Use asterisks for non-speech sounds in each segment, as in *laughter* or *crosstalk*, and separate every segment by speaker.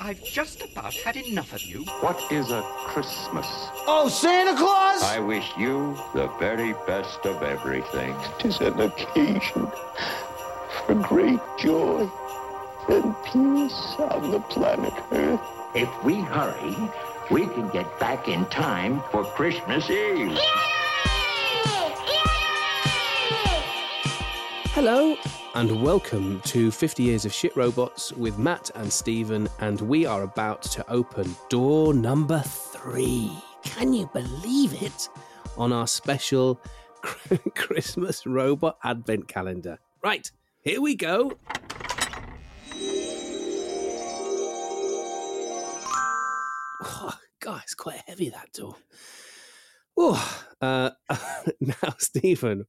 Speaker 1: I've just about had enough of you.
Speaker 2: What is a Christmas?
Speaker 3: Oh, Santa Claus!
Speaker 2: I wish you the very best of everything.
Speaker 4: Tis an occasion for great joy and peace on the planet Earth.
Speaker 5: If we hurry, we can get back in time for Christmas Eve. Yay!
Speaker 6: Yay!
Speaker 7: Hello, and welcome to 50 Years of Shit Robots with Matt and Stephen, and we are about to open door number three. Can you believe it? On our special *laughs* Christmas Robot Advent Calendar. Right, here we go. *laughs* Oh, God, it's quite heavy that door. Oh, uh, *laughs* now, Stephen.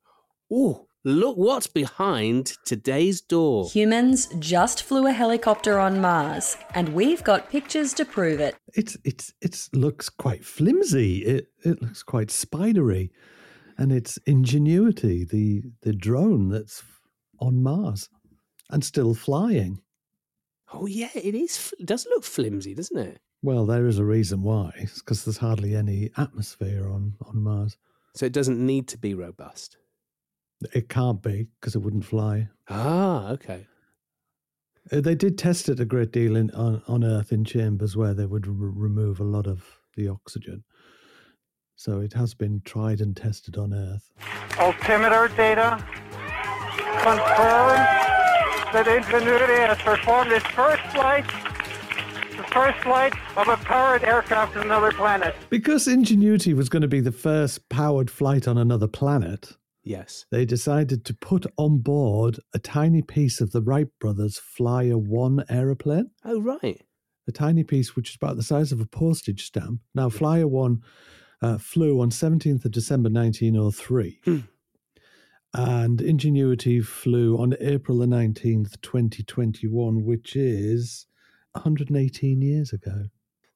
Speaker 7: Oh, look what's behind today's door.
Speaker 8: Humans just flew a helicopter on Mars, and we've got pictures to prove it.
Speaker 9: It's it's it's looks quite flimsy. It it looks quite spidery, and it's ingenuity. The the drone that's on Mars and still flying.
Speaker 7: Oh yeah, it is. fl- It does look flimsy, doesn't it?
Speaker 9: Well, there is a reason why. It's because there's hardly any atmosphere on on Mars.
Speaker 7: So it doesn't need to be robust.
Speaker 9: It can't be because it wouldn't fly.
Speaker 7: Ah, okay.
Speaker 9: Uh, They did test it a great deal in, on, on Earth in chambers where they would r- remove a lot of the oxygen. So it has been tried and tested on Earth.
Speaker 10: Altimeter data confirms that Ingenuity has performed its first flight, the first flight of a powered aircraft to another planet.
Speaker 9: Because Ingenuity was going to be the first powered flight on another planet,
Speaker 7: Yes.
Speaker 9: they decided to put on board a tiny piece of the Wright brothers Flyer 1 aeroplane.
Speaker 7: Oh right.
Speaker 9: a tiny piece which is about the size of a postage stamp. Now, Flyer One uh, flew on 17th of December 1903, and Ingenuity flew on April the 19th, 2021, which is 118 years ago.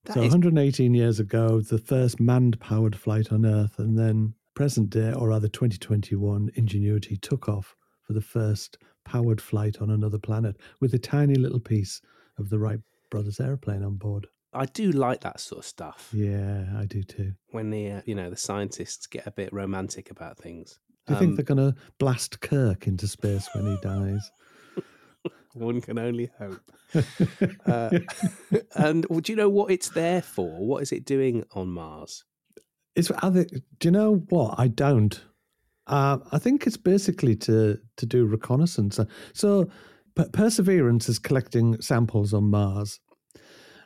Speaker 7: That
Speaker 9: so,
Speaker 7: is-
Speaker 9: 118 years ago, the first manned powered flight on Earth, and then present day, or rather 2021, Ingenuity took off for the first powered flight on another planet with a tiny little piece of the Wright brothers airplane on board.
Speaker 7: I do like that sort of stuff
Speaker 9: Yeah, I do too.
Speaker 7: when the uh, you know the scientists get a bit romantic about things.
Speaker 9: Do you
Speaker 7: Um,
Speaker 9: think they're going to blast Kirk into space when he dies?
Speaker 7: *laughs* One can only
Speaker 9: *laughs*
Speaker 7: hope. Uh, *laughs* and well, do you know what it's there for? What is it doing on Mars?
Speaker 9: It's I think, do you know what I don't. Uh, I think it's basically to to do reconnaissance. Uh, So P- Perseverance is collecting samples on Mars,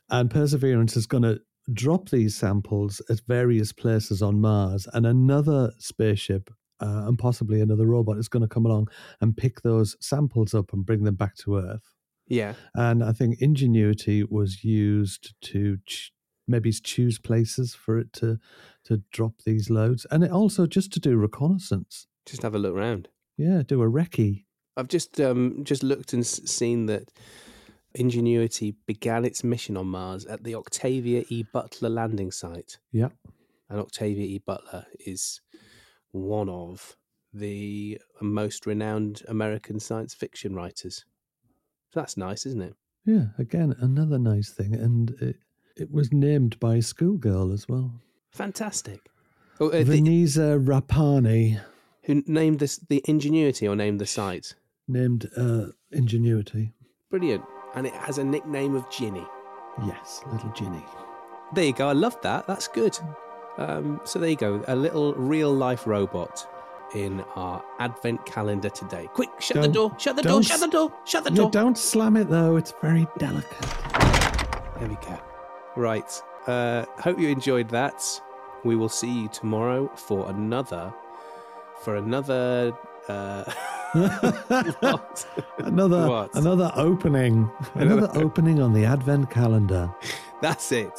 Speaker 9: and Perseverance is going to drop these samples at various places on Mars, and another spaceship. Uh, and possibly another robot is going to come along and pick those samples up and bring them back to Earth.
Speaker 7: Yeah.
Speaker 9: and I think ingenuity was used to ch- maybe choose places for it to to drop these loads, and it also just to do reconnaissance.
Speaker 7: Just have a look round.
Speaker 9: Yeah, do a recce.
Speaker 7: I've just um, just looked and s- seen that Ingenuity began its mission on Mars at the Octavia E. Butler landing site.
Speaker 9: Yeah,
Speaker 7: And Octavia E. Butler is one of the most renowned American science fiction writers. So that's nice, isn't it?
Speaker 9: yeah. Again, another nice thing, and it, it was named by a schoolgirl as well,
Speaker 7: Fantastic. Oh, uh, the-
Speaker 9: Veneza Rapani,
Speaker 7: who named this the Ingenuity or named the site?
Speaker 9: named uh, Ingenuity.
Speaker 7: Brilliant. And it has a nickname of Ginny.
Speaker 9: Yes, little Ginny.
Speaker 7: There you go. I love that. That's good. Um, so there you go. A little real life robot in our advent calendar today. Quick, shut the
Speaker 9: Don't-
Speaker 7: door. Shut the
Speaker 9: don't
Speaker 7: door.
Speaker 9: s-
Speaker 7: Shut the door. Shut the
Speaker 9: No,
Speaker 7: door.
Speaker 9: don't slam it though; it's very delicate.
Speaker 7: There we go. Right. Uh, hope you enjoyed that. We will see you tomorrow for another, for another.
Speaker 9: *laughs*
Speaker 7: Uh, *laughs* what?
Speaker 9: Another
Speaker 7: What?
Speaker 9: another opening, another opening on the advent calendar.
Speaker 7: *laughs* That's it.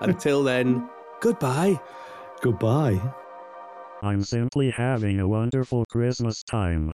Speaker 7: Until then, goodbye.
Speaker 9: Goodbye.
Speaker 11: I'm simply having a wonderful Christmas time.